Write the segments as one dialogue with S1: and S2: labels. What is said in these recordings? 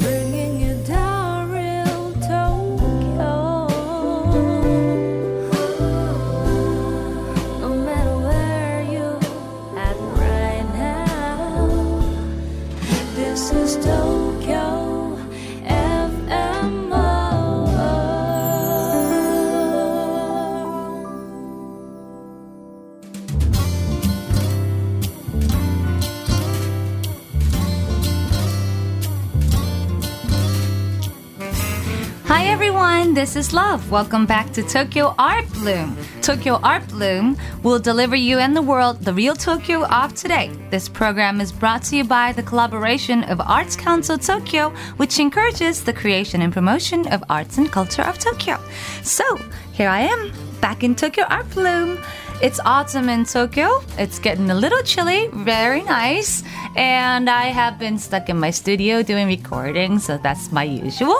S1: Bringing you down, real Tokyo. No matter where you at right now, this is Tokyo FMO.
S2: Hi everyone, this is Love. Welcome back to Tokyo Art Bloom. Tokyo Art Bloom will deliver you and the world the real Tokyo of today. This program is brought to you by the collaboration of Arts Council Tokyo, which encourages the creation and promotion of arts and culture of Tokyo. So, here I am, back in Tokyo Art Bloom. It's autumn in Tokyo. It's getting a little chilly, very nice. And I have been stuck in my studio doing recording, so that's my usual.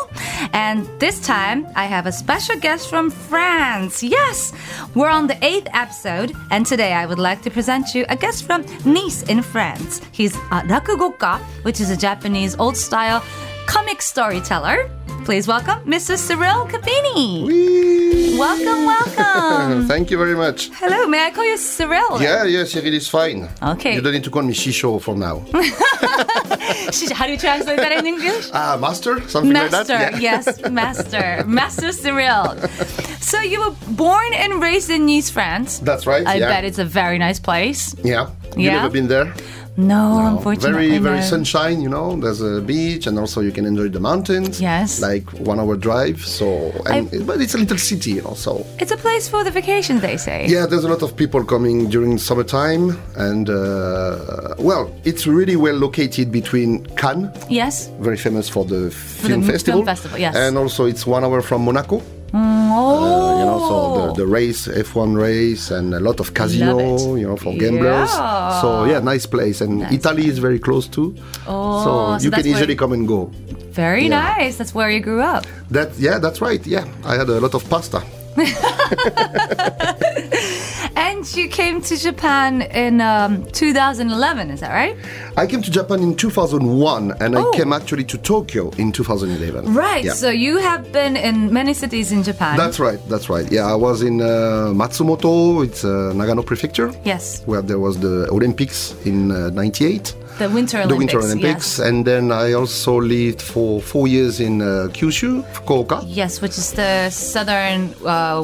S2: And this time, I have a special guest from France. Yes, we're on the eighth episode, and today I would like to present you a guest from Nice in France. He's a rakugoka, which is a Japanese old style comic storyteller. Please welcome Mr. Cyril Capini. Welcome, welcome.
S3: Thank you very much.
S2: Hello, may I call you Cyril?
S3: Yeah, yeah, Cyril is fine.
S2: Okay.
S3: You don't need to call me Shisho for now.
S2: Sh- How do you translate that in English?
S3: Ah, master? Something like
S2: Master,
S3: that?
S2: yes, master, master Cyril. So you were born and raised in Nice, France.
S3: That's right.
S2: I
S3: yeah.
S2: bet it's a very nice place.
S3: Yeah. You
S2: Yeah?
S3: never been there?
S2: No,
S3: No.
S2: unfortunately,
S3: Very, very
S2: no.
S3: sunshine, you know. There's a beach and also you can enjoy the mountains.
S2: Yes.
S3: Like one hour drive. So, and,
S2: I-
S3: but it's a little city, you know. So,
S2: It's a place for the vacation, they say.
S3: yeah, there's a lot of people coming during summertime. And, uh, well, it's really well located between Cannes,
S2: Yes.
S3: very famous for the
S2: film
S3: film festival.
S2: festival, yes.
S3: And also it's one hour from Monaco.
S2: Oh.
S3: Uh, you know, so the, the race, F1 race, and a lot of casino,
S2: it.
S3: you know, for gamblers.
S2: Yeah.
S3: So yeah, nice place, and Italy is very close too.
S2: Oh, so
S3: so you
S2: that's
S3: can
S2: where-
S3: easily come and go.
S2: very
S3: yeah.
S2: nice. That's where you grew up.
S3: That yeah, that's right. Yeah, I had a lot of pasta.
S2: And you came to Japan in um, 2011, is that right?
S3: I came to Japan in 2001, and
S2: Oh.
S3: I came actually to Tokyo in 2011.
S2: Right.
S3: Yeah.
S2: So you have been in many cities in Japan.
S3: that's right. That's right. Yeah, I was in uh, Matsumoto. It's uh, Nagano Prefecture.
S2: Yes.
S3: Where there was the Olympics in uh, '98.
S2: the Winter Olympics.
S3: the Winter
S2: Yes.
S3: Olympics, and then I also lived for four years in uh, Kyushu, Fukuoka.
S2: Yes, which is the southern uh,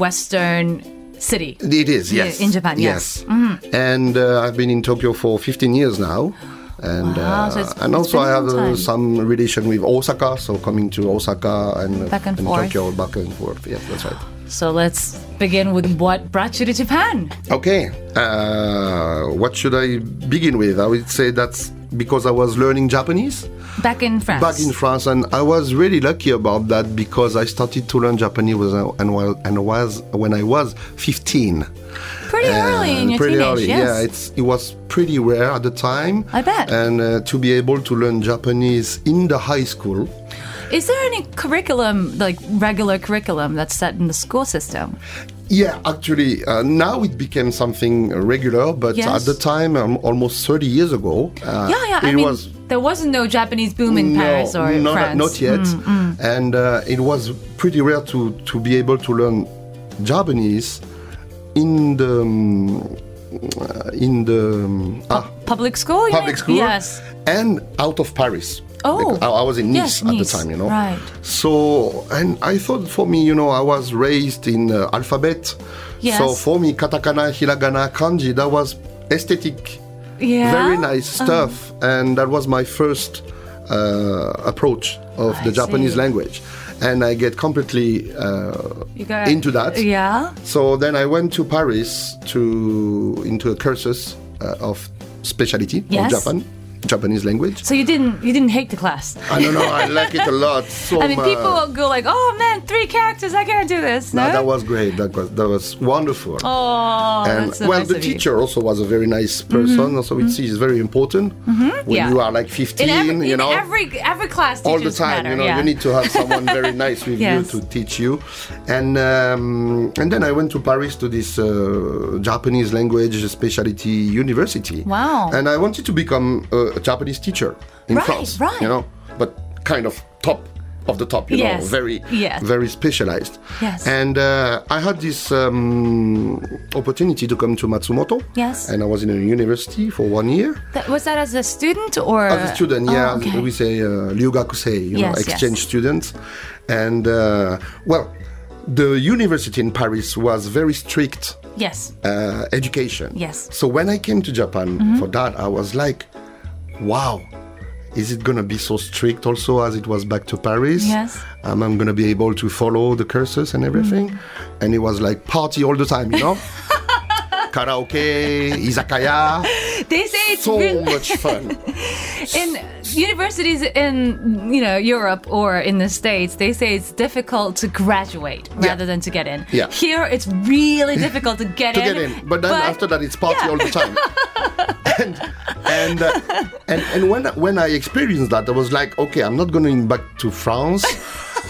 S2: western city.
S3: It is,
S2: Yeah,
S3: yes,
S2: in Japan, yes. Mm-hmm.
S3: And uh, I've been in Tokyo for 15 years now. And,
S2: Wow,
S3: uh,
S2: so it's-
S3: and
S2: it's
S3: also
S2: been
S3: I
S2: a
S3: have
S2: long
S3: uh,
S2: time.
S3: some relation with Osaka, so coming to Osaka and, uh,
S2: Back and forth.
S3: Tokyo back and forth. Yes, that's right.
S2: So let's begin with what brought you to Japan.
S3: Okay, uh, what should I begin with? I would say that's because I was learning Japanese.
S2: Back in France.
S3: back in France, and I was really lucky about that because I started to learn Japanese was, and, wa- and was when I was 15.
S2: Pretty early in
S3: And
S2: your
S3: pretty
S2: teenage
S3: early,
S2: yes.
S3: yeah. It's, it was pretty rare at the time.
S2: I bet.
S3: And uh, to be able to learn Japanese in the high school,
S2: Is there any curriculum, like regular curriculum, that's set in the school system?
S3: yeah, actually, uh, now it became something regular. But
S2: Yes.
S3: at the time, um, almost 30 years ago, uh,
S2: yeah, yeah.
S3: it
S2: I mean,
S3: was
S2: there wasn't no Japanese boom in Paris or
S3: not,
S2: France. Mm.
S3: not yet. And uh, it was pretty rare to, to be able to learn Japanese in the um, uh, in the um, ah,
S2: Public school. you
S3: public
S2: mean?
S3: school
S2: Oh, Yes.
S3: and out of Paris.
S2: Oh.
S3: Because I, I was in
S2: Yes,
S3: Nice at
S2: Nice.
S3: the time, you know.
S2: Right.
S3: So, and I thought for me, you know, I was raised in uh, alphabet.
S2: Yes.
S3: So for me, katakana, hiragana, kanji, that was aesthetic
S2: Yeah. Uh-huh.
S3: very nice stuff and that was my first uh, approach of
S2: I
S3: the japanese
S2: see.
S3: language and i get completely uh,
S2: You got-
S3: into that
S2: Yeah.
S3: so then i went to paris to into a cursus uh, of speciality
S2: Yes.
S3: of japan japanese language
S2: So you didn't you didn't hate the class.
S3: i don't know i like it a lot so
S2: I mean,
S3: much.
S2: people will go like, "Oh man, three characters! I can't do this." No.
S3: No, uh, that was great that was that was wonderful
S2: oh,
S3: and
S2: that's so
S3: well
S2: nice
S3: the
S2: of you. Mm-hmm.
S3: teacher also was a very nice person also it's, it's very important when
S2: Yeah.
S3: you are like 15
S2: In every,
S3: you
S2: in
S3: know
S2: every every class,
S3: all
S2: teachers
S3: the time.
S2: matter.
S3: you know,
S2: yeah.
S3: you need to have someone very nice with
S2: Yes.
S3: you to teach you. And um, and then I went to Paris to this uh, Japanese language specialty university.
S2: Wow.
S3: And I wanted to become a a Japanese teacher in
S2: Right,
S3: France.
S2: right.
S3: You know, but kind of top of the top, you
S2: Yes,
S3: know, very,
S2: yes.
S3: very specialized.
S2: Yes.
S3: And uh, I had this um, opportunity to come to Matsumoto.
S2: Yes.
S3: And I was in a university for one year.
S2: That, was that as a student or
S3: As a student, yeah,
S2: Oh, okay.
S3: we say uh, ryugakusei, you
S2: Yes,
S3: know,
S2: yes.
S3: exchange students, and uh, well, the university in Paris was very strict
S2: yes.
S3: uh, education.
S2: Yes. Mm-hmm.
S3: So when I came to Japan for that, I was like, wow, is it gonna be so strict also as it was back to Paris?
S2: Yes. Mm.
S3: Um, I'm gonna be able to follow the curses and everything. And it was like party all the time, you know? Karaoke, izakaya,
S2: They say it's
S3: so
S2: really,
S3: much fun.
S2: in universities in you know Europe or in the States. They say it's difficult to graduate rather than to get in.
S3: Yeah.
S2: Here it's really difficult to get
S3: to
S2: in.
S3: get in. But then after that, it's party
S2: Yeah.
S3: all the time. and and, uh, and and when when I experienced that, I was like, okay, I'm not going back to France.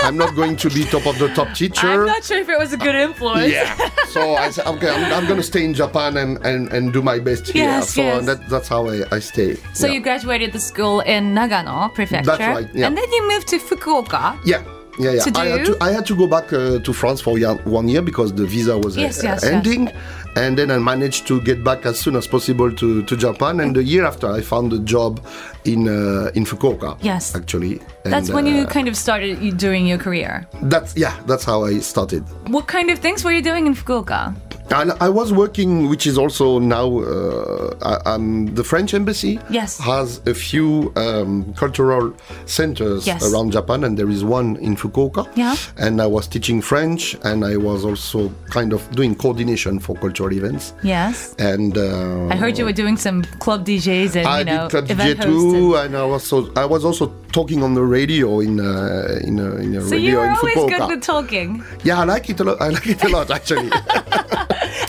S3: I'm not going to be top of the top
S2: I'm
S3: teacher.
S2: not sure if it was a good influence.
S3: Uh, yeah. So I said, okay, I'm, I'm going to stay in Japan and, and, and do my best here.
S2: Yes,
S3: so
S2: yes.
S3: That, that's how I, I stay.
S2: So
S3: yeah.
S2: you graduated the school in Nagano prefecture,
S3: right, yeah.
S2: and then you moved to Fukuoka.
S3: Yeah. Yeah, yeah.
S2: to
S3: I, had
S2: do?
S3: to, I had to go back uh, to France for ya- one year because the visa was uh,
S2: Yes, yes, yes.
S3: ending. And then I managed to get back as soon as possible to, to Japan. And the year after, I found a job in uh, in Fukuoka.
S2: Yes.
S3: Actually. And,
S2: That's when you
S3: uh,
S2: kind of started you- doing your career.
S3: That's, yeah, that's how I started.
S2: What kind of things were you doing in Fukuoka?
S3: And I was working, which is also now uh, I, am the French embassy.
S2: Yes.
S3: has a few um, cultural centers
S2: Yes.
S3: around Japan, and there is one in Fukuoka.
S2: Yeah.
S3: and I was teaching French, and I was also kind of doing coordination for cultural events.
S2: Yes.
S3: And uh,
S2: I heard you were doing some club DJs and
S3: I
S2: you know
S3: did Club DJ
S2: event
S3: too, and I was so I was also talking on the radio in uh, in a, in a
S2: So you
S3: radio
S2: were
S3: in
S2: always
S3: Fukuoka.
S2: good with talking.
S3: yeah, I like it a lot. I like it a lot actually.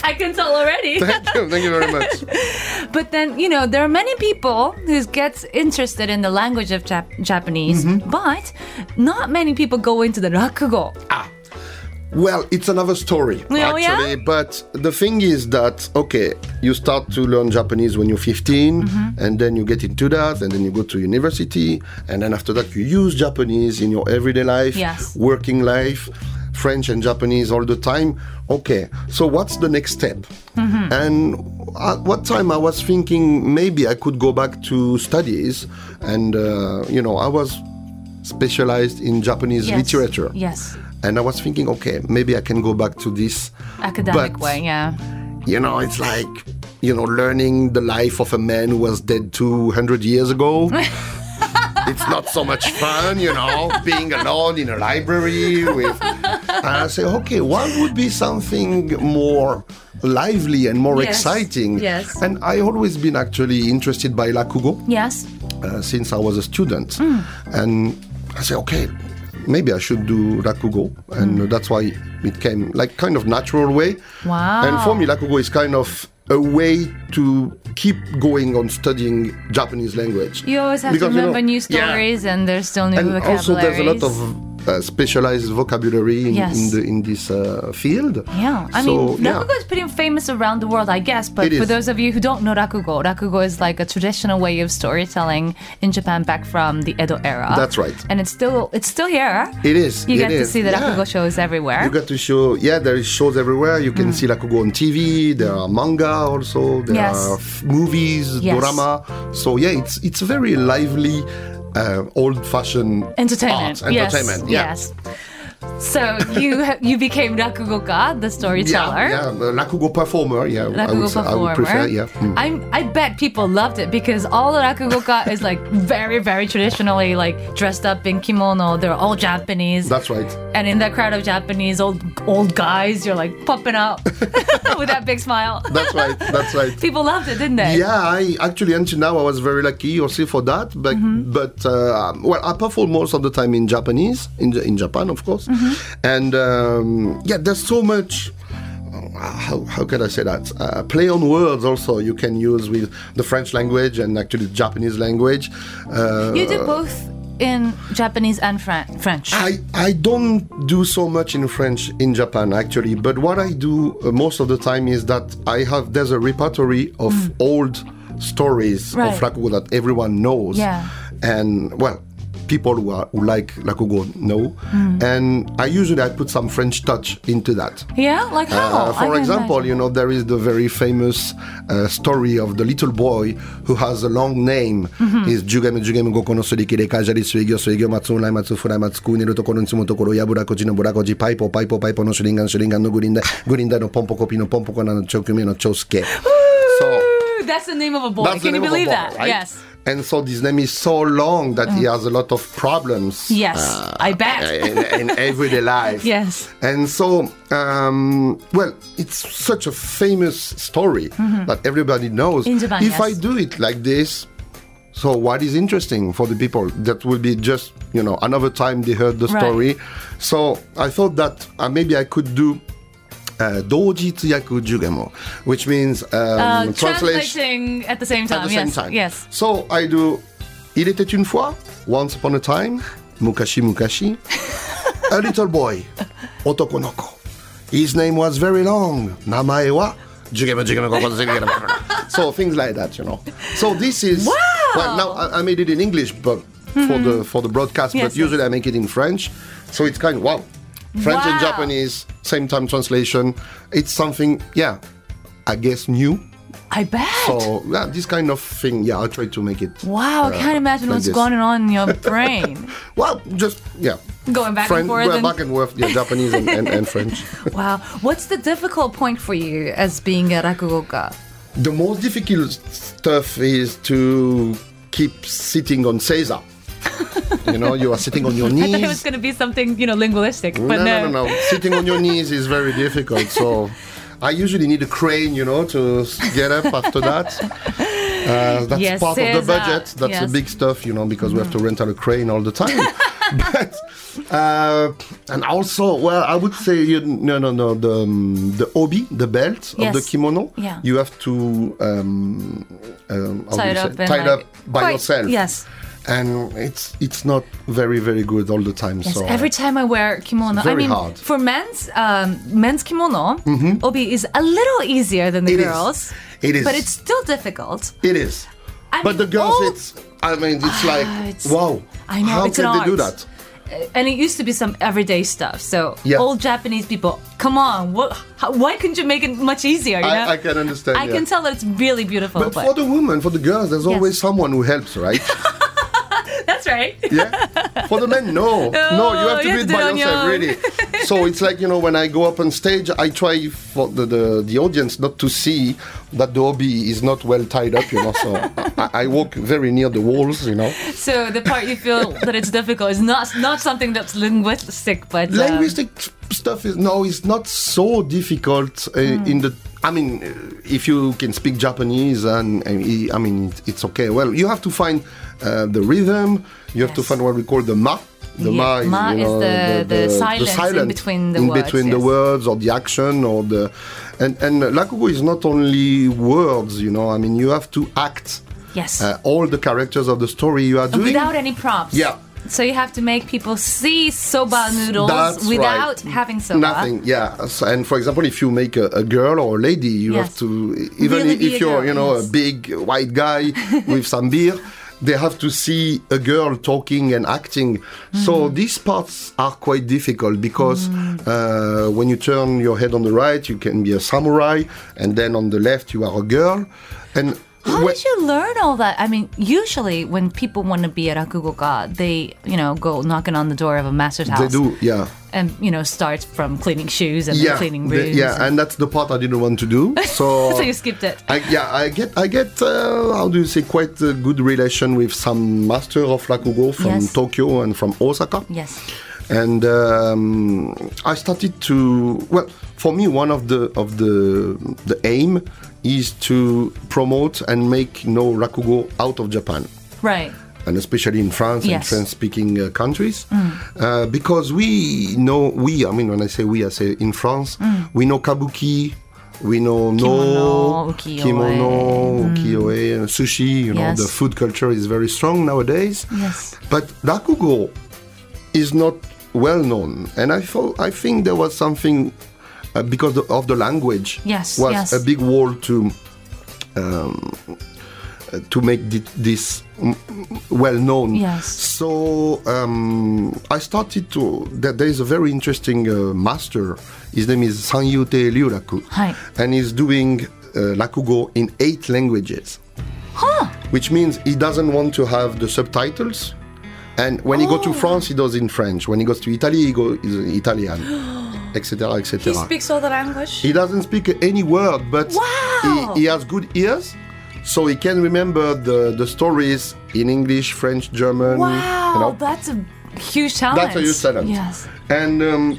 S2: I can tell already.
S3: thank you, thank you very much.
S2: but then you know there are many people who gets interested in the language of Jap- Japanese,
S3: Mm-hmm.
S2: but not many people go into the rakugo.
S3: Ah, Well, it's another story,
S2: Oh,
S3: actually.
S2: yeah?
S3: But the thing is that, okay, you start to learn Japanese when you're 15,
S2: Mm-hmm.
S3: and then you get into that, and then you go to university, and then after that, you use Japanese in your everyday life,
S2: Yes.
S3: working life, French and Japanese all the time. Okay, so what's the next step?
S2: Mm-hmm.
S3: And at what time I was thinking maybe I could go back to studies, and, uh, you know, I was specialized in Japanese
S2: Yes.
S3: literature.
S2: Yes.
S3: And I was thinking, okay, maybe I can go back to this
S2: Academic
S3: But-
S2: way, yeah.
S3: You know, it's like, you know, learning the life of a man who was dead 200 years ago. it's not so much fun, you know, being alone in a library with. And I say, okay, what would be something more lively and more
S2: Yes,
S3: exciting?
S2: yes.
S3: And I always been actually interested by Lakugo
S2: Yes.
S3: uh, since I was a student.
S2: Hmm.
S3: And I said, okay, maybe I should do Rakugo. And
S2: Hmm.
S3: that's why it came like kind of natural way.
S2: Wow.
S3: And for me, Rakugo is kind of a way to keep going on studying Japanese language.
S2: You always have
S3: Because,
S2: to
S3: you know-
S2: remember new
S3: Yeah.
S2: stories, and there's still new
S3: And
S2: vocabularies.
S3: also, there's a lot of uh, specialized vocabulary in,
S2: Yes.
S3: in, the, in this uh, field.
S2: Yeah, I
S3: so,
S2: mean,
S3: yeah.
S2: rakugo is pretty famous around the world, I guess. But
S3: It
S2: for
S3: is.
S2: those of you who don't know rakugo, rakugo is like a traditional way of storytelling in Japan back from the Edo era.
S3: That's right.
S2: and it's still it's still here.
S3: It is.
S2: You
S3: it
S2: get to
S3: is,
S2: see the
S3: yeah.
S2: rakugo shows everywhere.
S3: You got to show, yeah, there is shows everywhere. You
S2: Mm.
S3: can see Rakugo on TV. There are manga also. There
S2: Yes.
S3: are f- movies,
S2: Yes.
S3: drama. So yeah, it's it's a very lively, uh, old-fashioned
S2: entertainment.
S3: Art,
S2: yes.
S3: entertainment. yeah.
S2: Yes. So you ha- you became rakugoka, the storyteller.
S3: Yeah, yeah, uh, Rakugo performer. Yeah, I,
S2: Rakugo
S3: would, say- I would prefer.
S2: performer.
S3: Yeah, mm.
S2: I'm, I bet people loved it because all the rakugoka is like very, very traditionally like dressed up in kimono. They're all Japanese.
S3: that's right.
S2: and in that crowd of Japanese old old guys, you're like popping out with that big smile.
S3: That's right. That's right.
S2: People loved it, didn't they?
S3: Yeah, I actually until now I was very lucky also for that. But
S2: Mm-hmm.
S3: but uh, well, I perform most of the time in Japanese in Ja- in Japan, of course.
S2: Mm-hmm.
S3: And um, yeah, there's so much. How, how can I say that? Uh, play on words also you can use with the French language and actually the Japanese language. Uh,
S2: You did both in Japanese and Fran- French.
S3: I, I don't do so much in French in Japan actually, but what I do uh, most of the time is that I have there's a repertory of old stories
S2: Mm. Right.
S3: of Rakugo that everyone knows.
S2: Yeah.
S3: And well, people who, are, who like Rakugo know.
S2: Mm.
S3: And I usually I put some French touch into that.
S2: Yeah, like how?
S3: Uh,
S2: Oh, I
S3: for
S2: can
S3: example,
S2: imagine.
S3: you know, there is the very famous uh, story of the little boy who has a long name.
S2: Mm-hmm.
S3: Is Jugame Jugame Gokono Suriki Reka Jari Suigyo Suigyo Matsu Nai Matsu Furai Matsu Kune no Tokoro Nitsumo Tokoro Yabura Koji no Burakoji Paipo Paipo Paipo no Shuringan Shuringan no Gurinda Gurinda no Pompo Kopi no Pompo Kona no Chokume no Chosuke. So
S2: Ooh, that's the name of a boy.
S3: that's the
S2: can you
S3: name of a
S2: believe
S3: boy,
S2: that?
S3: right?
S2: Yes. Mm.
S3: And so this name is so long that he has a lot of problems. Uh,
S2: Yes, I bet.
S3: in, in everyday life.
S2: Yes.
S3: And so, um, well, it's such a famous story that everybody knows.
S2: Mm-hmm. In Japan,
S3: if
S2: yes.
S3: I do it like this, so what is interesting for the people? That will be just you know another time they heard the
S2: Right.
S3: story. So I thought that uh, maybe I could do. Uh, doji tsuyaku jugemo, which means um,
S2: Uh, translating
S3: translation
S2: at the same time.
S3: at the
S2: yes.
S3: same time.
S2: Yes.
S3: So I do Il était une fois, Once Upon a Time, Mukashi Mukashi, a little boy, Otoko no ko. His name was very long, Namae wa Jugema Jugema Gogo Jugema. So things like that, you know. So this is
S2: Wow! Mm-hmm.
S3: Well, now I, I made it in English, but for the for the broadcast,
S2: Yes,
S3: but usually I make it in French. So it's kind of wow. French and
S2: Wow.
S3: Japanese, same time translation. It's something, yeah, I guess new.
S2: I bet.
S3: So Oh, yeah, this kind of thing. Yeah, I try to make it.
S2: Wow, I
S3: uh,
S2: can't imagine
S3: like
S2: what's
S3: this.
S2: going on in your brain.
S3: Well, just yeah.
S2: Going back and
S3: French,
S2: forth
S3: well,
S2: and-
S3: back and forth. Yeah, Japanese and, and, and French.
S2: wow. What's the difficult point for you as being a rakugoka?
S3: the most difficult stuff is to keep sitting on seiza. you know, you are sitting on your
S2: I thought it was
S3: knees.
S2: going to be something, you know, linguistic, but
S3: no,
S2: no.
S3: no, no, no. Sitting on your knees is very difficult. So. I usually need a crane, you know, to s- get up after that. Uh, that's
S2: Yes,
S3: part of the
S2: seiza.
S3: budget. That's
S2: Yes. Mm-hmm.
S3: the big stuff, you know, because we have to rent out a crane all the time. but uh, and also, well, I would say you, no, no, no. The um, the obi, the belt of the
S2: Yes.
S3: kimono,
S2: Yeah.
S3: you have to um, um, how do
S2: Tied
S3: you say?
S2: up and
S3: tied
S2: like-
S3: up by
S2: Quite-
S3: yourself.
S2: yes.
S3: and it's it's not very very good all the time.
S2: Yes,
S3: so
S2: every time I wear kimono, I
S3: very
S2: mean,
S3: hard. Mm-hmm.
S2: for men's um, men's kimono, obi is a little easier than the
S3: It is.
S2: girls.
S3: It is.
S2: but it's still difficult.
S3: It is.
S2: I
S3: but
S2: mean,
S3: the girls,
S2: all-
S3: it's. I mean, it's like
S2: Oh. Ah, it's-
S3: wow.
S2: I know,
S3: How
S2: it's
S3: can
S2: an
S3: they do
S2: art.
S3: that?
S2: and it used to be some everyday stuff. So
S3: Yeah.
S2: old Japanese people, come on, what? How, why couldn't you make it much easier? You
S3: I-
S2: know?
S3: I can understand,
S2: I
S3: yeah.
S2: can tell that it's really beautiful.
S3: But,
S2: But,
S3: for the women, for the girls, there's always someone who helps, right?
S2: that's right.
S3: yeah. For the men, no, no, you have to
S2: Oh, you have to
S3: do it
S2: do it
S3: by
S2: on your
S3: yourself,
S2: own.
S3: really. so it's like you know, when I go up on stage, I try for the, the the audience not to see that the hobby is not well tied up, you know. So I, I walk very near the walls, you know.
S2: So the part you feel that it's difficult is not not something that's linguistic, but um,
S3: linguistic stuff is no it's not so difficult uh,
S2: Hmm.
S3: in the i mean uh, if you can speak japanese and, and e, i I mean it, it's okay well you have to find uh, the rhythm you have to
S2: Yes.
S3: find what we call the ma the
S2: Yeah,
S3: ma is,
S2: ma
S3: you
S2: is
S3: know,
S2: the- the silence in between the
S3: in
S2: words,
S3: between the
S2: yes.
S3: words or the action or the and and lakugo is not only words you know i mean you have to act
S2: yes,
S3: uh, all the characters of the story you are doing
S2: without any props.
S3: Yeah.
S2: So you have to make people see soba noodles
S3: That's
S2: without
S3: right.
S2: having soba.
S3: Nothing, yeah. So, and for example, if you make a, a girl or a lady, you
S2: Yes.
S3: have to even
S2: Really be a
S3: if you're
S2: girl,
S3: you know
S2: yes.
S3: a big white guy with some beer, they have to see a girl talking and acting.
S2: Mm.
S3: So these parts are quite difficult because uh, when you turn your head on the right, you can be a samurai, and then on the left, you are a girl. And
S2: How
S3: when-
S2: did you learn all that? I mean, usually when people want to be a rakugoka, they, you know, go knocking on the door of a master's house.
S3: they do, yeah.
S2: And, you know, start from cleaning shoes and
S3: yeah,
S2: cleaning
S3: the-
S2: rooms.
S3: yeah, and that's the part I didn't want to do. So,
S2: So you skipped it.
S3: I, yeah, I get, I get, uh, how do you say, quite a good relation with some master of rakugo from
S2: Yes.
S3: Tokyo and from Osaka.
S2: Yes.
S3: And um, I started to, well, for me, one of the of the the aim is to promote and make no rakugo out of Japan
S2: Right.
S3: and especially in France and
S2: Yes. Mm.
S3: French-speaking uh, countries, uh, because we know we. I mean, when I say we, I say in France,
S2: Mm.
S3: we know kabuki, we know
S2: Kimono,
S3: no
S2: ukiyo-e. Mm.
S3: kimono, ukiyo-e, and sushi. You know, the
S2: Yes.
S3: food culture is very strong nowadays.
S2: Yes.
S3: But rakugo is not well known, and I thought I think there was something uh, because the, of the language
S2: Yes,
S3: was
S2: yes.
S3: a big wall to uh, to make thi- this mm, mm, well known.
S2: Yes.
S3: So um, I started to. There, there is a very interesting uh, master. His name is Sanyute Ryuraku,
S2: Hi.
S3: and he's doing uh, rakugo in eight languages
S2: Huh.
S3: which means he doesn't want to have the subtitles. And when he goes
S2: Oh.
S3: to France, he does in French. When he goes to Italy, he goes in Italian, etc.,
S4: He
S3: etc.
S4: speaks all the language.
S3: He doesn't speak any word, but
S2: Wow.
S3: he, he has good ears, so he can remember the, the stories in English, French, German.
S2: Wow,
S3: you know.
S2: that's a huge challenge.
S3: That's a huge challenge.
S2: Yes.
S3: And um,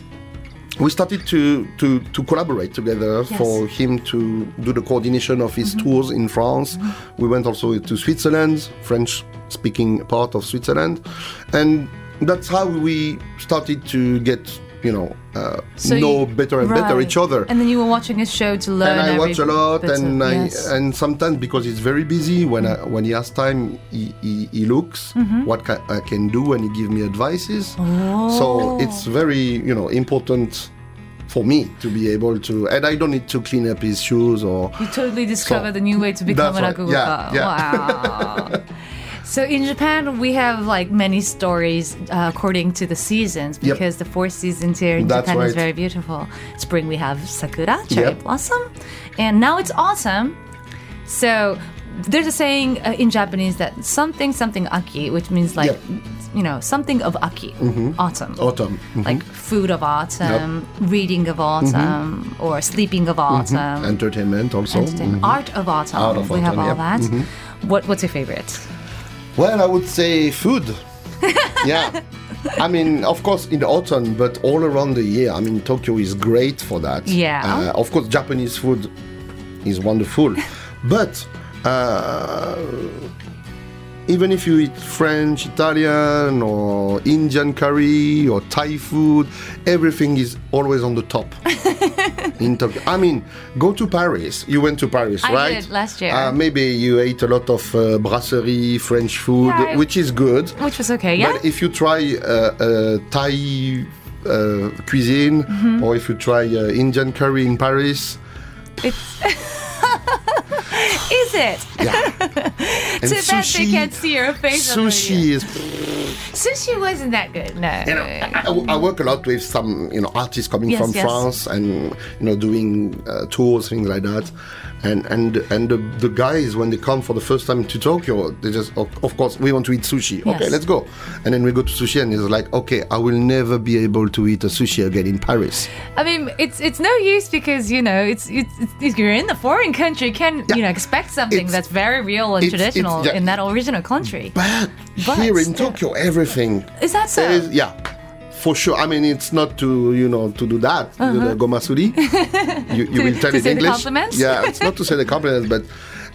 S3: we started to, to, to collaborate together
S2: Yes. Mm-hmm.
S3: for him to do the coordination of his tours in France. We went also to Switzerland, French speaking part of Switzerland. And that's how we started to get, you know, uh, know
S2: you-
S3: better and better
S2: right.
S3: each other.
S2: And then you were watching his show to learn.
S3: and I
S2: every
S3: watch a lot,
S2: bit
S3: and
S2: of,
S3: I,
S2: yes.
S3: and sometimes because he's very busy, when I, when he has time, he, he, he looks what ca- I can do, and he gives me advices. So it's very you know important for me to be able to, and I don't need to clean up his shoes or
S2: you totally discovered a new way to become
S3: that's
S2: an
S3: right.
S2: akugoka.
S3: Yeah, yeah.
S2: Wow. so in Japan, we have like many stories uh, according to the seasons
S3: Yep.
S2: because the four seasons here in
S3: That's
S2: Japan is
S3: right.
S2: very beautiful. Spring we have sakura, cherry
S3: Yep.
S2: blossom, and now it's autumn. So there's a saying uh, in Japanese that something something aki, which means like
S3: Yep. Mm-hmm. Oh,
S2: you know something of aki, autumn
S3: autumn.
S2: like
S3: mm-hmm.
S2: food of autumn, reading of autumn, or sleeping of
S3: Mm-hmm.
S2: autumn,
S3: Entertainment also.
S2: entertainment, art of autumn.
S3: Mm-hmm. Art of
S2: we have all
S3: autumn, Mm-hmm. yeah.
S2: that. What What's your favorite?
S3: Well, I would say food. yeah. I mean, of course, in the autumn, but all around the year. I mean, Tokyo is great for that.
S2: Yeah.
S3: Uh, of course, Japanese food is wonderful. but uh, even if you eat French, Italian, or Indian curry, or Thai food, everything is always on the top in Tokyo. I mean, go to Paris. You went to Paris,
S2: I
S3: right?
S2: did, last year.
S3: Uh, maybe you ate a lot of uh, brasserie, French food,
S2: Yeah, I-
S3: which is good.
S2: Which was okay, yeah.
S3: But if you try uh, uh, Thai uh, cuisine,
S2: Mm-hmm.
S3: or if you try uh, Indian curry in Paris,
S2: Is it?
S3: yeah. and
S2: Too bad they can't see your face. on the
S3: Sushi
S2: video.
S3: is.
S2: Sushi wasn't that good. No.
S3: You know, I, I work a lot with some, you know, artists coming
S2: Yes,
S3: from
S2: yes.
S3: France and you know doing uh, tours, things like that. And and and the, the guys when they come for the first time to Tokyo, they just of, of course we want to eat sushi. Okay,
S2: Yes.
S3: let's go. And then we go to sushi, and it's like, okay, I will never be able to eat a sushi again in Paris.
S2: I mean, it's it's no use because you know it's it's, it's you're in the foreign country. You can you know expect something
S3: It's-
S2: that's very real and
S3: it's- it's-
S2: traditional
S3: yeah.
S2: in that original country.
S3: But,
S2: But
S3: here in
S2: still.
S3: Tokyo, everything
S2: Is that so?
S3: there is- yeah. For sure. I mean, it's not to you know to do that, to do the gomasuri. you you will tell
S2: Uh-huh. to
S3: in
S2: say the
S3: English.
S2: compliments?
S3: Yeah, it's not to say the compliments, but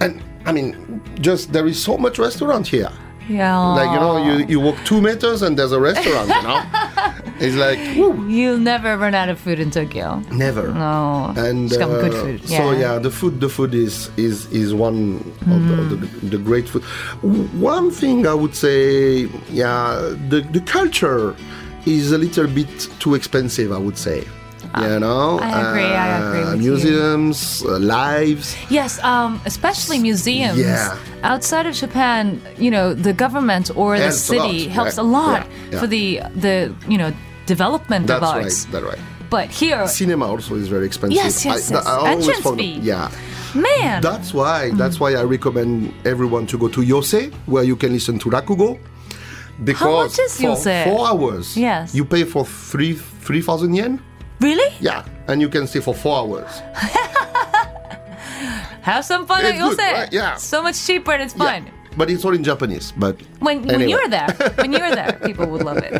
S3: and I mean, just there is so much restaurant here.
S2: Yeah.
S3: Like you know, you, you walk two meters and there's a restaurant. You know, it's like whew,
S2: You'll never run out of food in Tokyo.
S3: never.
S2: No.
S3: And
S2: it's got
S3: uh,
S2: good food.
S3: so yeah, the food, the food is is is one of the, the, the great food. W- One thing I would say, yeah, the the culture is a little bit too expensive. I would say, you know,
S2: Ah,
S3: Uh,
S2: I agree, I agree with you.
S3: museums, uh, lives.
S2: Yes, um, especially museums.
S3: Yeah.
S2: Outside of Japan, you know, the government or the
S3: Helps a lot,
S2: city helps a
S3: right.
S2: lot
S3: Yeah,
S2: for the the you know development
S3: That's
S2: of
S3: right.
S2: arts.
S3: That's right.
S2: But here,
S3: Cinema also is very expensive.
S2: Yes, yes, yes.
S3: always
S2: Entrance
S3: found-
S2: fee.
S3: Yeah.
S2: man,
S3: That's why. That's why I recommend everyone to go to Yose, where you can listen to Rakugo. Because
S2: much is
S3: for
S2: Yosei?
S3: four hours,
S2: Yes.
S3: you pay for three three thousand yen.
S2: really?
S3: Yeah, and you can stay for four hours.
S2: Have some fun
S3: It's
S2: at Yosei.
S3: good, right? Yeah.
S2: So much cheaper and it's
S3: Yeah.
S2: fun.
S3: But it's all in Japanese. But
S2: When, when
S3: anyway.
S2: you were there, when you were there, people would love it.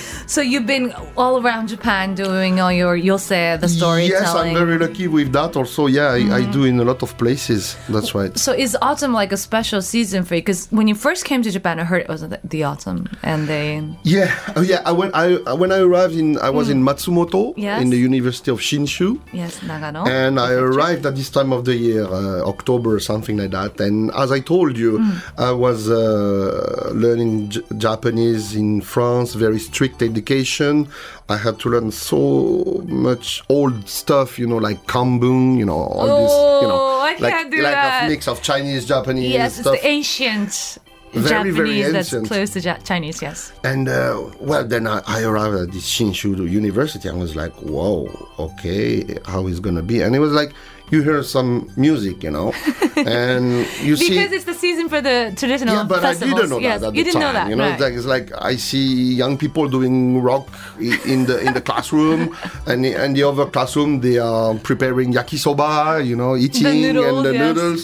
S2: so you've been all around Japan doing all your Yosei, the storytelling.
S3: Yes, I'm very lucky with that. Also, yeah, I,
S2: Mm.
S3: I do in a lot of places. That's right.
S2: So is autumn like a special season for you? Because when you first came to Japan, I heard it was the, the autumn, and they
S3: Yeah, oh, yeah. I, when I when I arrived in, I was in Matsumoto
S2: Mm. Yes.
S3: in the University of Shinshu.
S2: yes Nagano.
S3: and I arrived at this time of the year, uh, October or something like that. And as I told you,
S2: Hmm.
S3: I was uh, learning J- Japanese in France, very strict education. I had to learn so much old stuff, you know, like kambun, you know, all this, you know.
S2: Oh, I
S3: like,
S2: can't do
S3: like
S2: that.
S3: a mix of Chinese, Japanese
S2: yes, it's
S3: stuff.
S2: the ancient
S3: Very,
S2: Japanese
S3: very
S2: that's
S3: ancient.
S2: close to ja- Chinese. Yes.
S3: And uh, well, then I, I arrived at this Shinshu University. I was like, "Whoa, okay, how is gonna be?" And it was like you hear some music, you know, and you see.
S2: Because it's the season for the traditional
S3: yeah, but
S2: festivals.
S3: I didn't know
S2: yes,
S3: that at
S2: you
S3: the
S2: didn't
S3: time.
S2: know that.
S3: you know,
S2: right.
S3: it's like it's like I see young people doing rock i- in the in the classroom, and the- and the other classroom they are preparing yakisoba, you know, eating
S2: noodles,
S3: and the
S2: yes.
S3: noodles.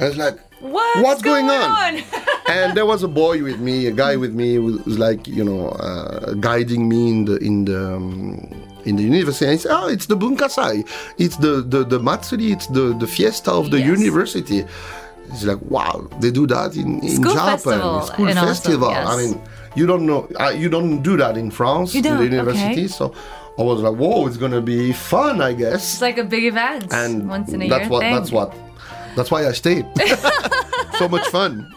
S3: And it's like
S2: What's
S3: going,
S2: going
S3: on?
S2: on?
S3: and there was a boy with me, a guy with me, who was like you know uh, guiding me in the in the. Um, in the university, and he said, "Oh, it's the Bunkasai, it's the the, the matsuri, it's the, the fiesta of the
S2: Yes.
S3: university." It's like, wow, they do that in, in
S2: School
S3: Japan,
S2: festival
S3: school
S2: and all that stuff,
S3: festival. I
S2: yes.
S3: mean, you don't know, uh, you don't do that in France
S2: You
S3: in the
S2: don't,
S3: university.
S2: okay.
S3: So I was like, whoa, it's gonna be fun, I guess.
S2: It's like a big event.
S3: and
S2: once in a
S3: that's
S2: year.
S3: what
S2: thing.
S3: that's what that's why I stayed. so much fun.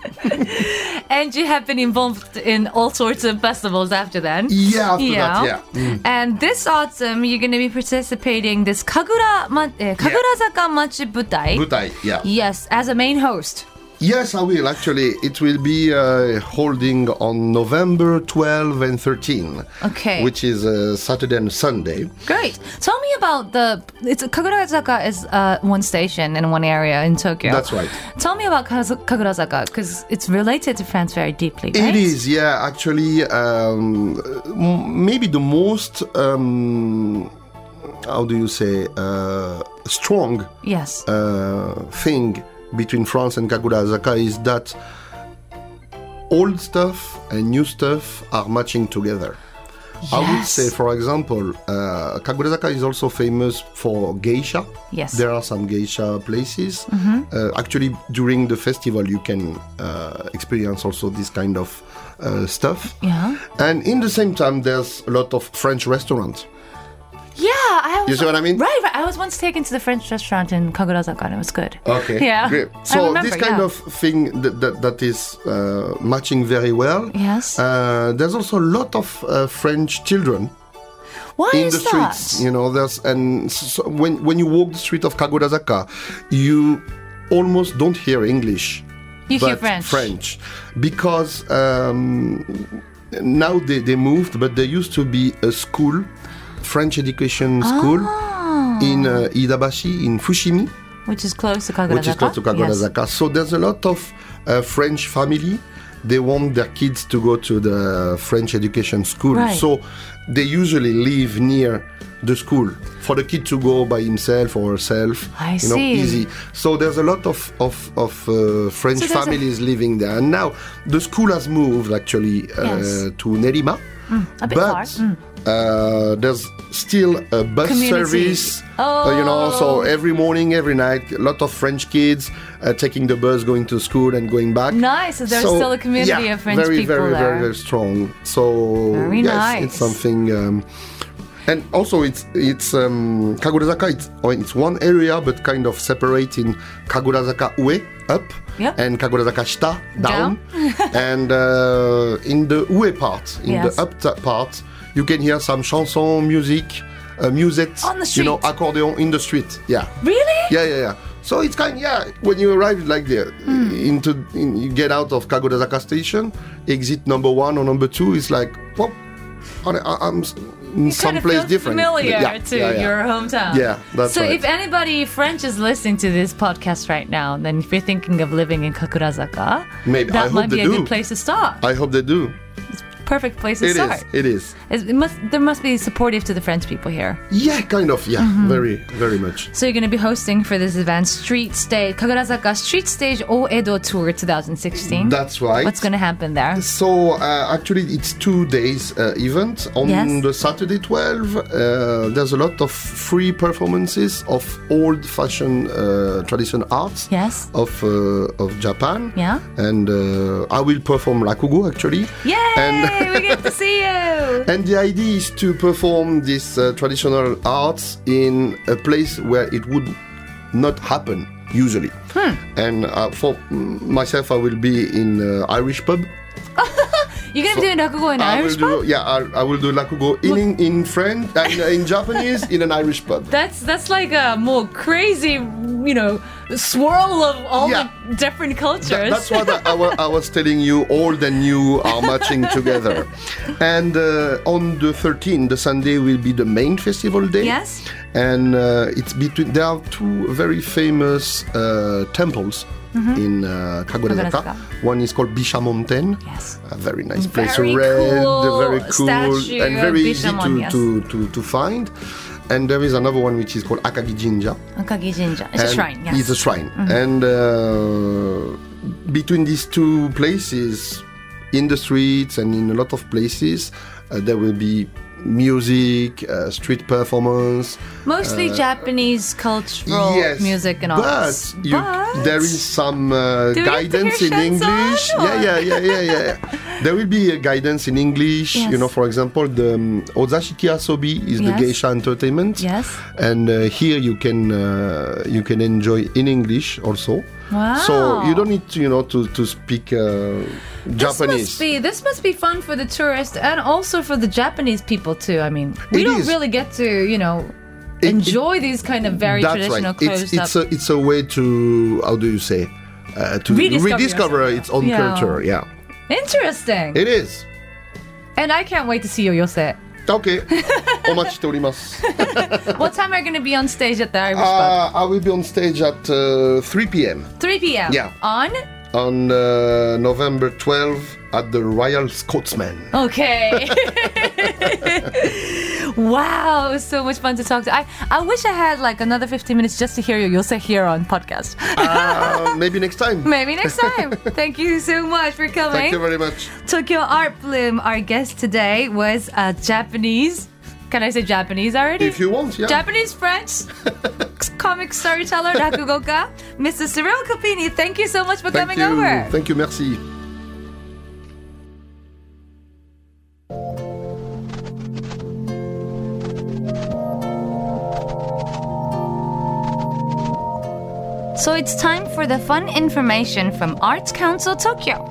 S2: And you have been involved in all sorts of festivals after then.
S3: Yeah, after that, yeah. Mm.
S2: And this autumn, you're going to be participating this Kagura Ma- eh, Kagurazaka Machi Butai.
S3: Butai, yeah.
S2: Yes, as a main host.
S3: Yes, I will actually. It will be uh, holding on November 12 and 13.
S2: Okay.
S3: Which is uh, Saturday and Sunday.
S2: Great. Tell me about the. It's Kagurazaka is uh, one station in one area in Tokyo.
S3: That's right.
S2: Tell me about Kaz- Kagurazaka because it's related to France very deeply. Right?
S3: It is, yeah. Actually, um, m- maybe the most, um, how do you say, uh, strong
S2: Yes.
S3: uh, thing between France and Kagurazaka is that old stuff and new stuff are matching together. I would
S2: Yes.
S3: say, for example, uh, Kagurazaka is also famous for geisha.
S2: Yes. Mm-hmm.
S3: There are some geisha places. Uh, actually, during the festival, you can uh, experience also this kind of uh, stuff.
S2: Yeah.
S3: And in the same time, there's a lot of French restaurants.
S2: yeah. I was,
S3: You see what I mean?
S2: Right, right. I was once taken to the French restaurant in Kagurazaka and it was good.
S3: Okay.
S2: Yeah.
S3: Great.
S2: I
S3: So
S2: remember,
S3: this kind
S2: yeah.
S3: of thing that, that, that is uh, matching very well.
S2: Yes.
S3: Uh, there's also a lot of uh, French children
S2: Why
S3: in the
S2: is that?
S3: streets. You know, there's and so when when you walk the street of Kagurazaka, you almost don't hear English,
S2: You
S3: but
S2: hear French.
S3: French, because. Um, now they, they moved, but there used to be a school, French education school,
S2: Ah.
S3: in uh, Idabashi, in Fushimi
S2: Which is close to Kagurazaka.
S3: which is close to Kagurazaka. So there's a lot of uh, French family. They want their kids to go to the French education school.
S2: Right.
S3: So they usually live near the school for the kid to go by himself or herself.
S2: I
S3: you know,
S2: see.
S3: easy. So there's a lot of of, of uh, French
S2: So there's a-
S3: families living there. And now the school has moved actually uh,
S2: Yes.
S3: to Nerima.
S2: a bit
S3: but
S2: far. Mm.
S3: uh, there's still a bus
S2: Community.
S3: service. uh, you know, so
S2: Oh.
S3: every morning, every night, a lot of French kids uh, taking the bus, going to school and going back.
S2: Nice, so there's still a community
S3: yeah,
S2: of French
S3: very,
S2: people
S3: very,
S2: there.
S3: Very, very strong. So
S2: Very
S3: yes,
S2: nice.
S3: it's something. Um, and also, it's it's um, Kagurazaka. It's oh, it's one area, but kind of separating Kagurazaka Ue up
S2: Yep.
S3: and Kagurazaka Shita down. and uh, in the Ue part, in
S2: Yes.
S3: the up t- part, you can hear some chanson music, uh, music,
S2: On the
S3: you know,
S2: street.
S3: accordion in the street. Yeah.
S2: Really?
S3: Yeah, yeah, yeah. So it's kind, yeah. When you arrive like there,
S2: Hmm.
S3: into in, you get out of Kagodazaka station, exit number one or number two is like, whoop, I, I, am in some
S2: kind of
S3: place
S2: feels
S3: different.
S2: familiar
S3: Yeah,
S2: to
S3: yeah, yeah.
S2: your hometown.
S3: Yeah, that's
S2: So
S3: right.
S2: if anybody French is listening to this podcast right now, then if you're thinking of living in Kakurazaka,
S3: Maybe. I
S2: that
S3: hope
S2: might be
S3: they
S2: a
S3: do.
S2: good place to start.
S3: I hope they do.
S2: Perfect place to
S3: It is.
S2: start.
S3: It is.
S2: It's- It must, there must be supportive to the French people here.
S3: Yeah, kind of. Yeah,
S2: Mm-hmm.
S3: very, very much.
S2: So you're going to be hosting for this event Street Stage Kagurazaka Street Stage Oedo Tour 2016.
S3: That's right.
S2: What's going to happen there?
S3: So uh, actually, it's two days uh, event. On
S2: Yes.
S3: the Saturday 12, uh, there's a lot of free performances of old-fashioned uh, traditional arts
S2: Yes.
S3: of uh, of Japan.
S2: Yeah.
S3: And uh, I will perform rakugo actually.
S2: Yay!
S3: And
S2: we get to see you.
S3: and the idea is to perform this uh, traditional arts in a place where it would not happen usually.
S2: Hmm.
S3: And uh, for myself, I will be in uh, Irish pub.
S2: You're gonna be doing rakugo in
S3: I
S2: Irish
S3: will
S2: pub.
S3: do, yeah, I, I will do Lakugo in, in, in French and in Japanese in an Irish pub.
S2: That's that's like a more crazy, you know, swirl of all
S3: Yeah.
S2: the different cultures.
S3: Th- that's what I, I, wa- I was telling you. Old and new are matching together. And uh, on the 13th, the Sunday will be the main festival day.
S2: Yes.
S3: And uh, it's between. There are two very famous uh, temples.
S2: Mm-hmm.
S3: In uh, Kagorazaka,
S2: Kagorazaka.
S3: one is called Bisha Mountain.
S2: Yes.
S3: a very nice place,
S2: Very
S3: red,
S2: cool
S3: very cool,
S2: statue
S3: and
S2: of
S3: very easy
S2: Bishamon,
S3: to,
S2: yes.
S3: to, to, to find. And there is another one which is called Akagi Jinja.
S2: Akagi Jinja. It's a
S3: And
S2: shrine. Mm-hmm. Yes.
S3: It's a shrine. And uh, between these two places, in the streets and in a lot of places, uh, there will be music, uh, street performance.
S2: Mostly Japanese cultural
S3: uh, yes,
S2: music and all
S3: but, you, there is some uh,
S2: we have to
S3: guidance
S2: hear
S3: in English.
S2: Shanzon, or-
S3: Yeah, yeah, yeah, yeah, yeah. there will be a guidance in English. You
S2: Yes.
S3: know, for example, the um, Ozashiki Asobi is the
S2: Yes.
S3: geisha entertainment.
S2: Yes.
S3: and uh, here you can uh, you can enjoy in English also.
S2: Wow.
S3: So you don't need to, you know to to speak uh,
S2: This
S3: Japanese.
S2: must be this must be fun for the tourists and also for the Japanese people too. I mean, we
S3: It
S2: don't
S3: is.
S2: really get to you know
S3: It- it-
S2: enjoy these kind of very traditional
S3: It's
S2: closed
S3: it's
S2: up.
S3: a, it's a way to how do you say uh, to
S2: Rediscover
S3: rediscover
S2: yourself,
S3: its own
S2: yeah.
S3: culture. Yeah,
S2: Interesting.
S3: it is.
S2: and I can't wait to see your set.
S3: Okay. お待ちしております。
S2: What time are you going to be on stage at the Irish Pub?
S3: Uh, I will be on stage at uh, 3 p.m.
S2: 3 p.m.
S3: yeah.
S2: On?
S3: on uh, November 12 at the Royal Scotsman.
S2: Okay. wow, it was so much fun to talk to. I, I wish I had like another 15 minutes just to hear you. You'll say here on podcast.
S3: Uh, maybe next time.
S2: Maybe next time. Thank you so much for coming.
S3: Thank you very much.
S2: Tokyo Art Bloom. Our guest today was a Japanese. Can I say Japanese already?
S3: If you want, yeah.
S2: Japanese French comic storyteller rakugoka, Mr. Cyril Capini. Thank you so much for
S3: Thank
S2: coming
S3: you.
S2: over.
S3: Thank you, merci.
S2: So it's time for the fun information from Arts Council Tokyo.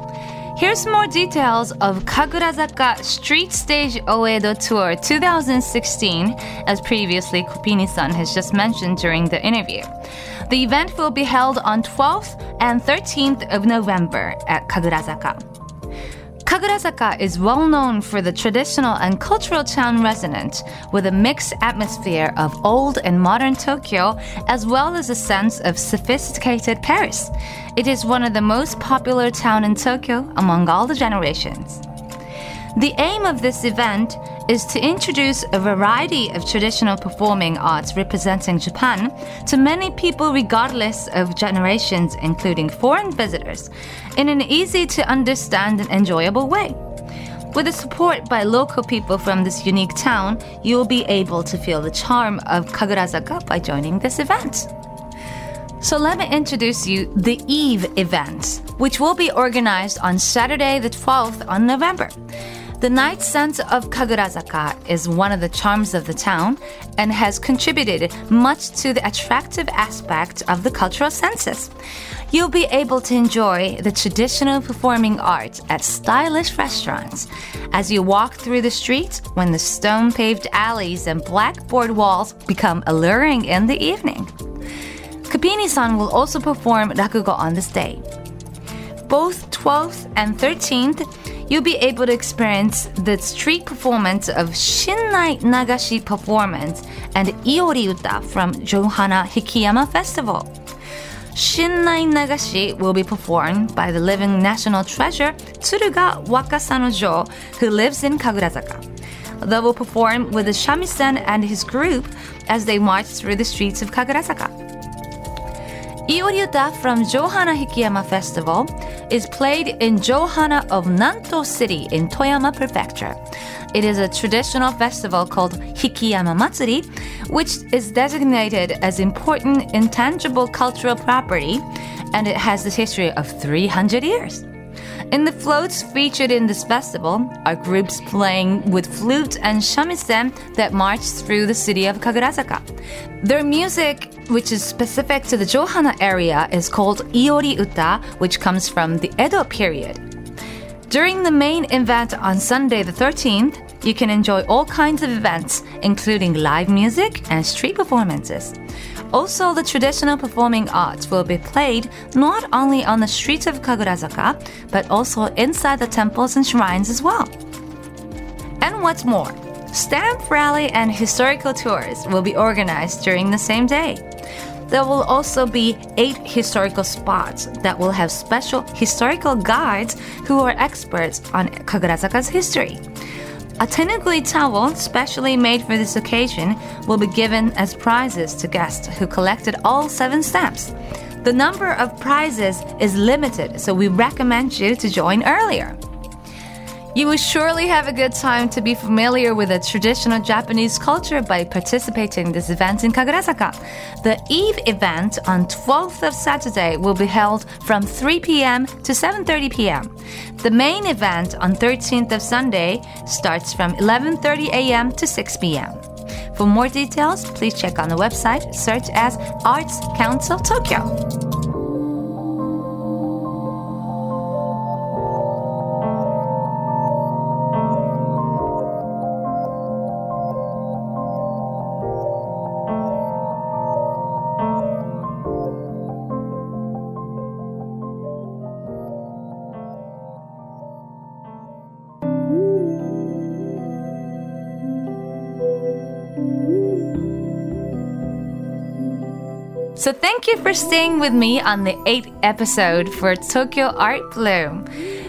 S2: Here's more details of Kagurazaka Street Stage Oedo Tour 2016, as previously Kopini-san has just mentioned during the interview. The event will be held on 12th and 13th of November at Kagurazaka. Kagurazaka is well known for the traditional and cultural town resident, with a mixed atmosphere of old and modern Tokyo, as well as a sense of sophisticated Paris. It is one of the most popular town in Tokyo among all the generations. The aim of this event is to introduce a variety of traditional performing arts representing Japan to many people, regardless of generations, including foreign visitors, in an easy to understand and enjoyable way. With the support by local people from this unique town, you will be able to feel the charm of Kagurazaka by joining this event. So let me introduce you the Eve event, which will be organized on Saturday the 12th on November. The night scent of Kagurazaka is one of the charms of the town and has contributed much to the attractive aspect of the cultural senses. You'll be able to enjoy the traditional performing arts at stylish restaurants. As you walk through the street, when the stone paved alleys and blackboard walls become alluring in the evening. Kabini-san will also perform rakugo on this day. Both 12th and 13th, you'll be able to experience the street performance of Shinnai Nagashi performance and Iori Uta from Johanna Hikiyama Festival. Shinnai Nagashi will be performed by the living national treasure Tsuruga Wakasanojo, who lives in Kagurazaka. They will perform with the shamisen and his group as they march through the streets of Kagurazaka. Ioriuta from Johanna Hikiyama Festival is played in Johanna of Nanto City in Toyama Prefecture. It is a traditional festival called Hikiyama Matsuri, which is designated as important intangible cultural property and it has this history of 300 years. In the floats featured in this festival are groups playing with flute and shamisen that march through the city of Kagurazaka. Their music, which is specific to the Johanna area, is called Iori Uta, which comes from the Edo period. During the main event on Sunday the 13th, you can enjoy all kinds of events, including live music and street performances. Also, the traditional performing arts will be played not only on the streets of Kagurazoka, but also inside the temples and shrines as well. And what's more, stamp rally and historical tours will be organized during the same day. There will also be eight historical spots that will have special historical guides who are experts on Kagurazaka's history. A tenugui towel, specially made for this occasion, will be given as prizes to guests who collected all seven stamps. The number of prizes is limited, so we recommend you to join earlier. You will surely have a good time to be familiar with the traditional Japanese culture by participating in this event in Kagurazaka. The eve event on 12th of Saturday will be held from 3 p.m. to 7:30 p.m. The main event on 13th of Sunday starts from 11:30 a.m. to 6 p.m. For more details, please check on the website, search as Arts Council Tokyo. So thank you for staying with me on the eighth episode for Tokyo Art Bloom.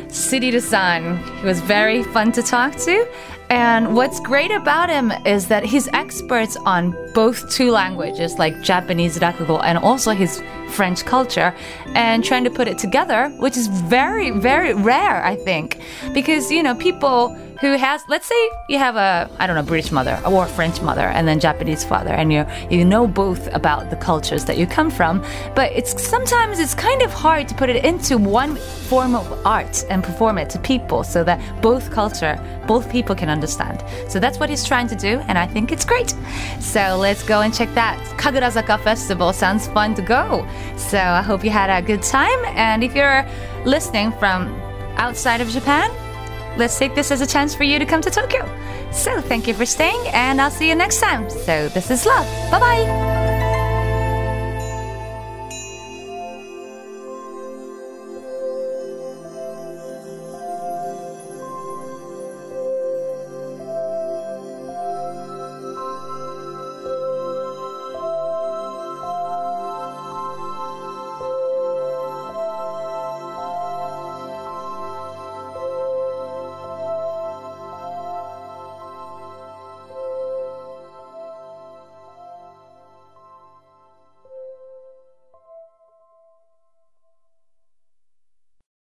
S2: Siriru san, he was very fun to talk to. And what's great about him is that he's experts on both two languages, like Japanese rakugo and also his French culture, and trying to put it together, which is very, very rare, I think. Because, you know, people who has let's say you have a I don't know British mother or French mother and then Japanese father and you you know both about the cultures that you come from but it's sometimes it's kind of hard to put it into one form of art and perform it to people so that both culture both people can understand so that's what he's trying to do and I think it's great so let's go and check that Kagurazaka festival sounds fun to go so I hope you had a good time and if you're listening from outside of Japan let's take this as a chance for you to come to Tokyo. So, thank you for staying, and I'll see you next time. So, this is love. Bye bye.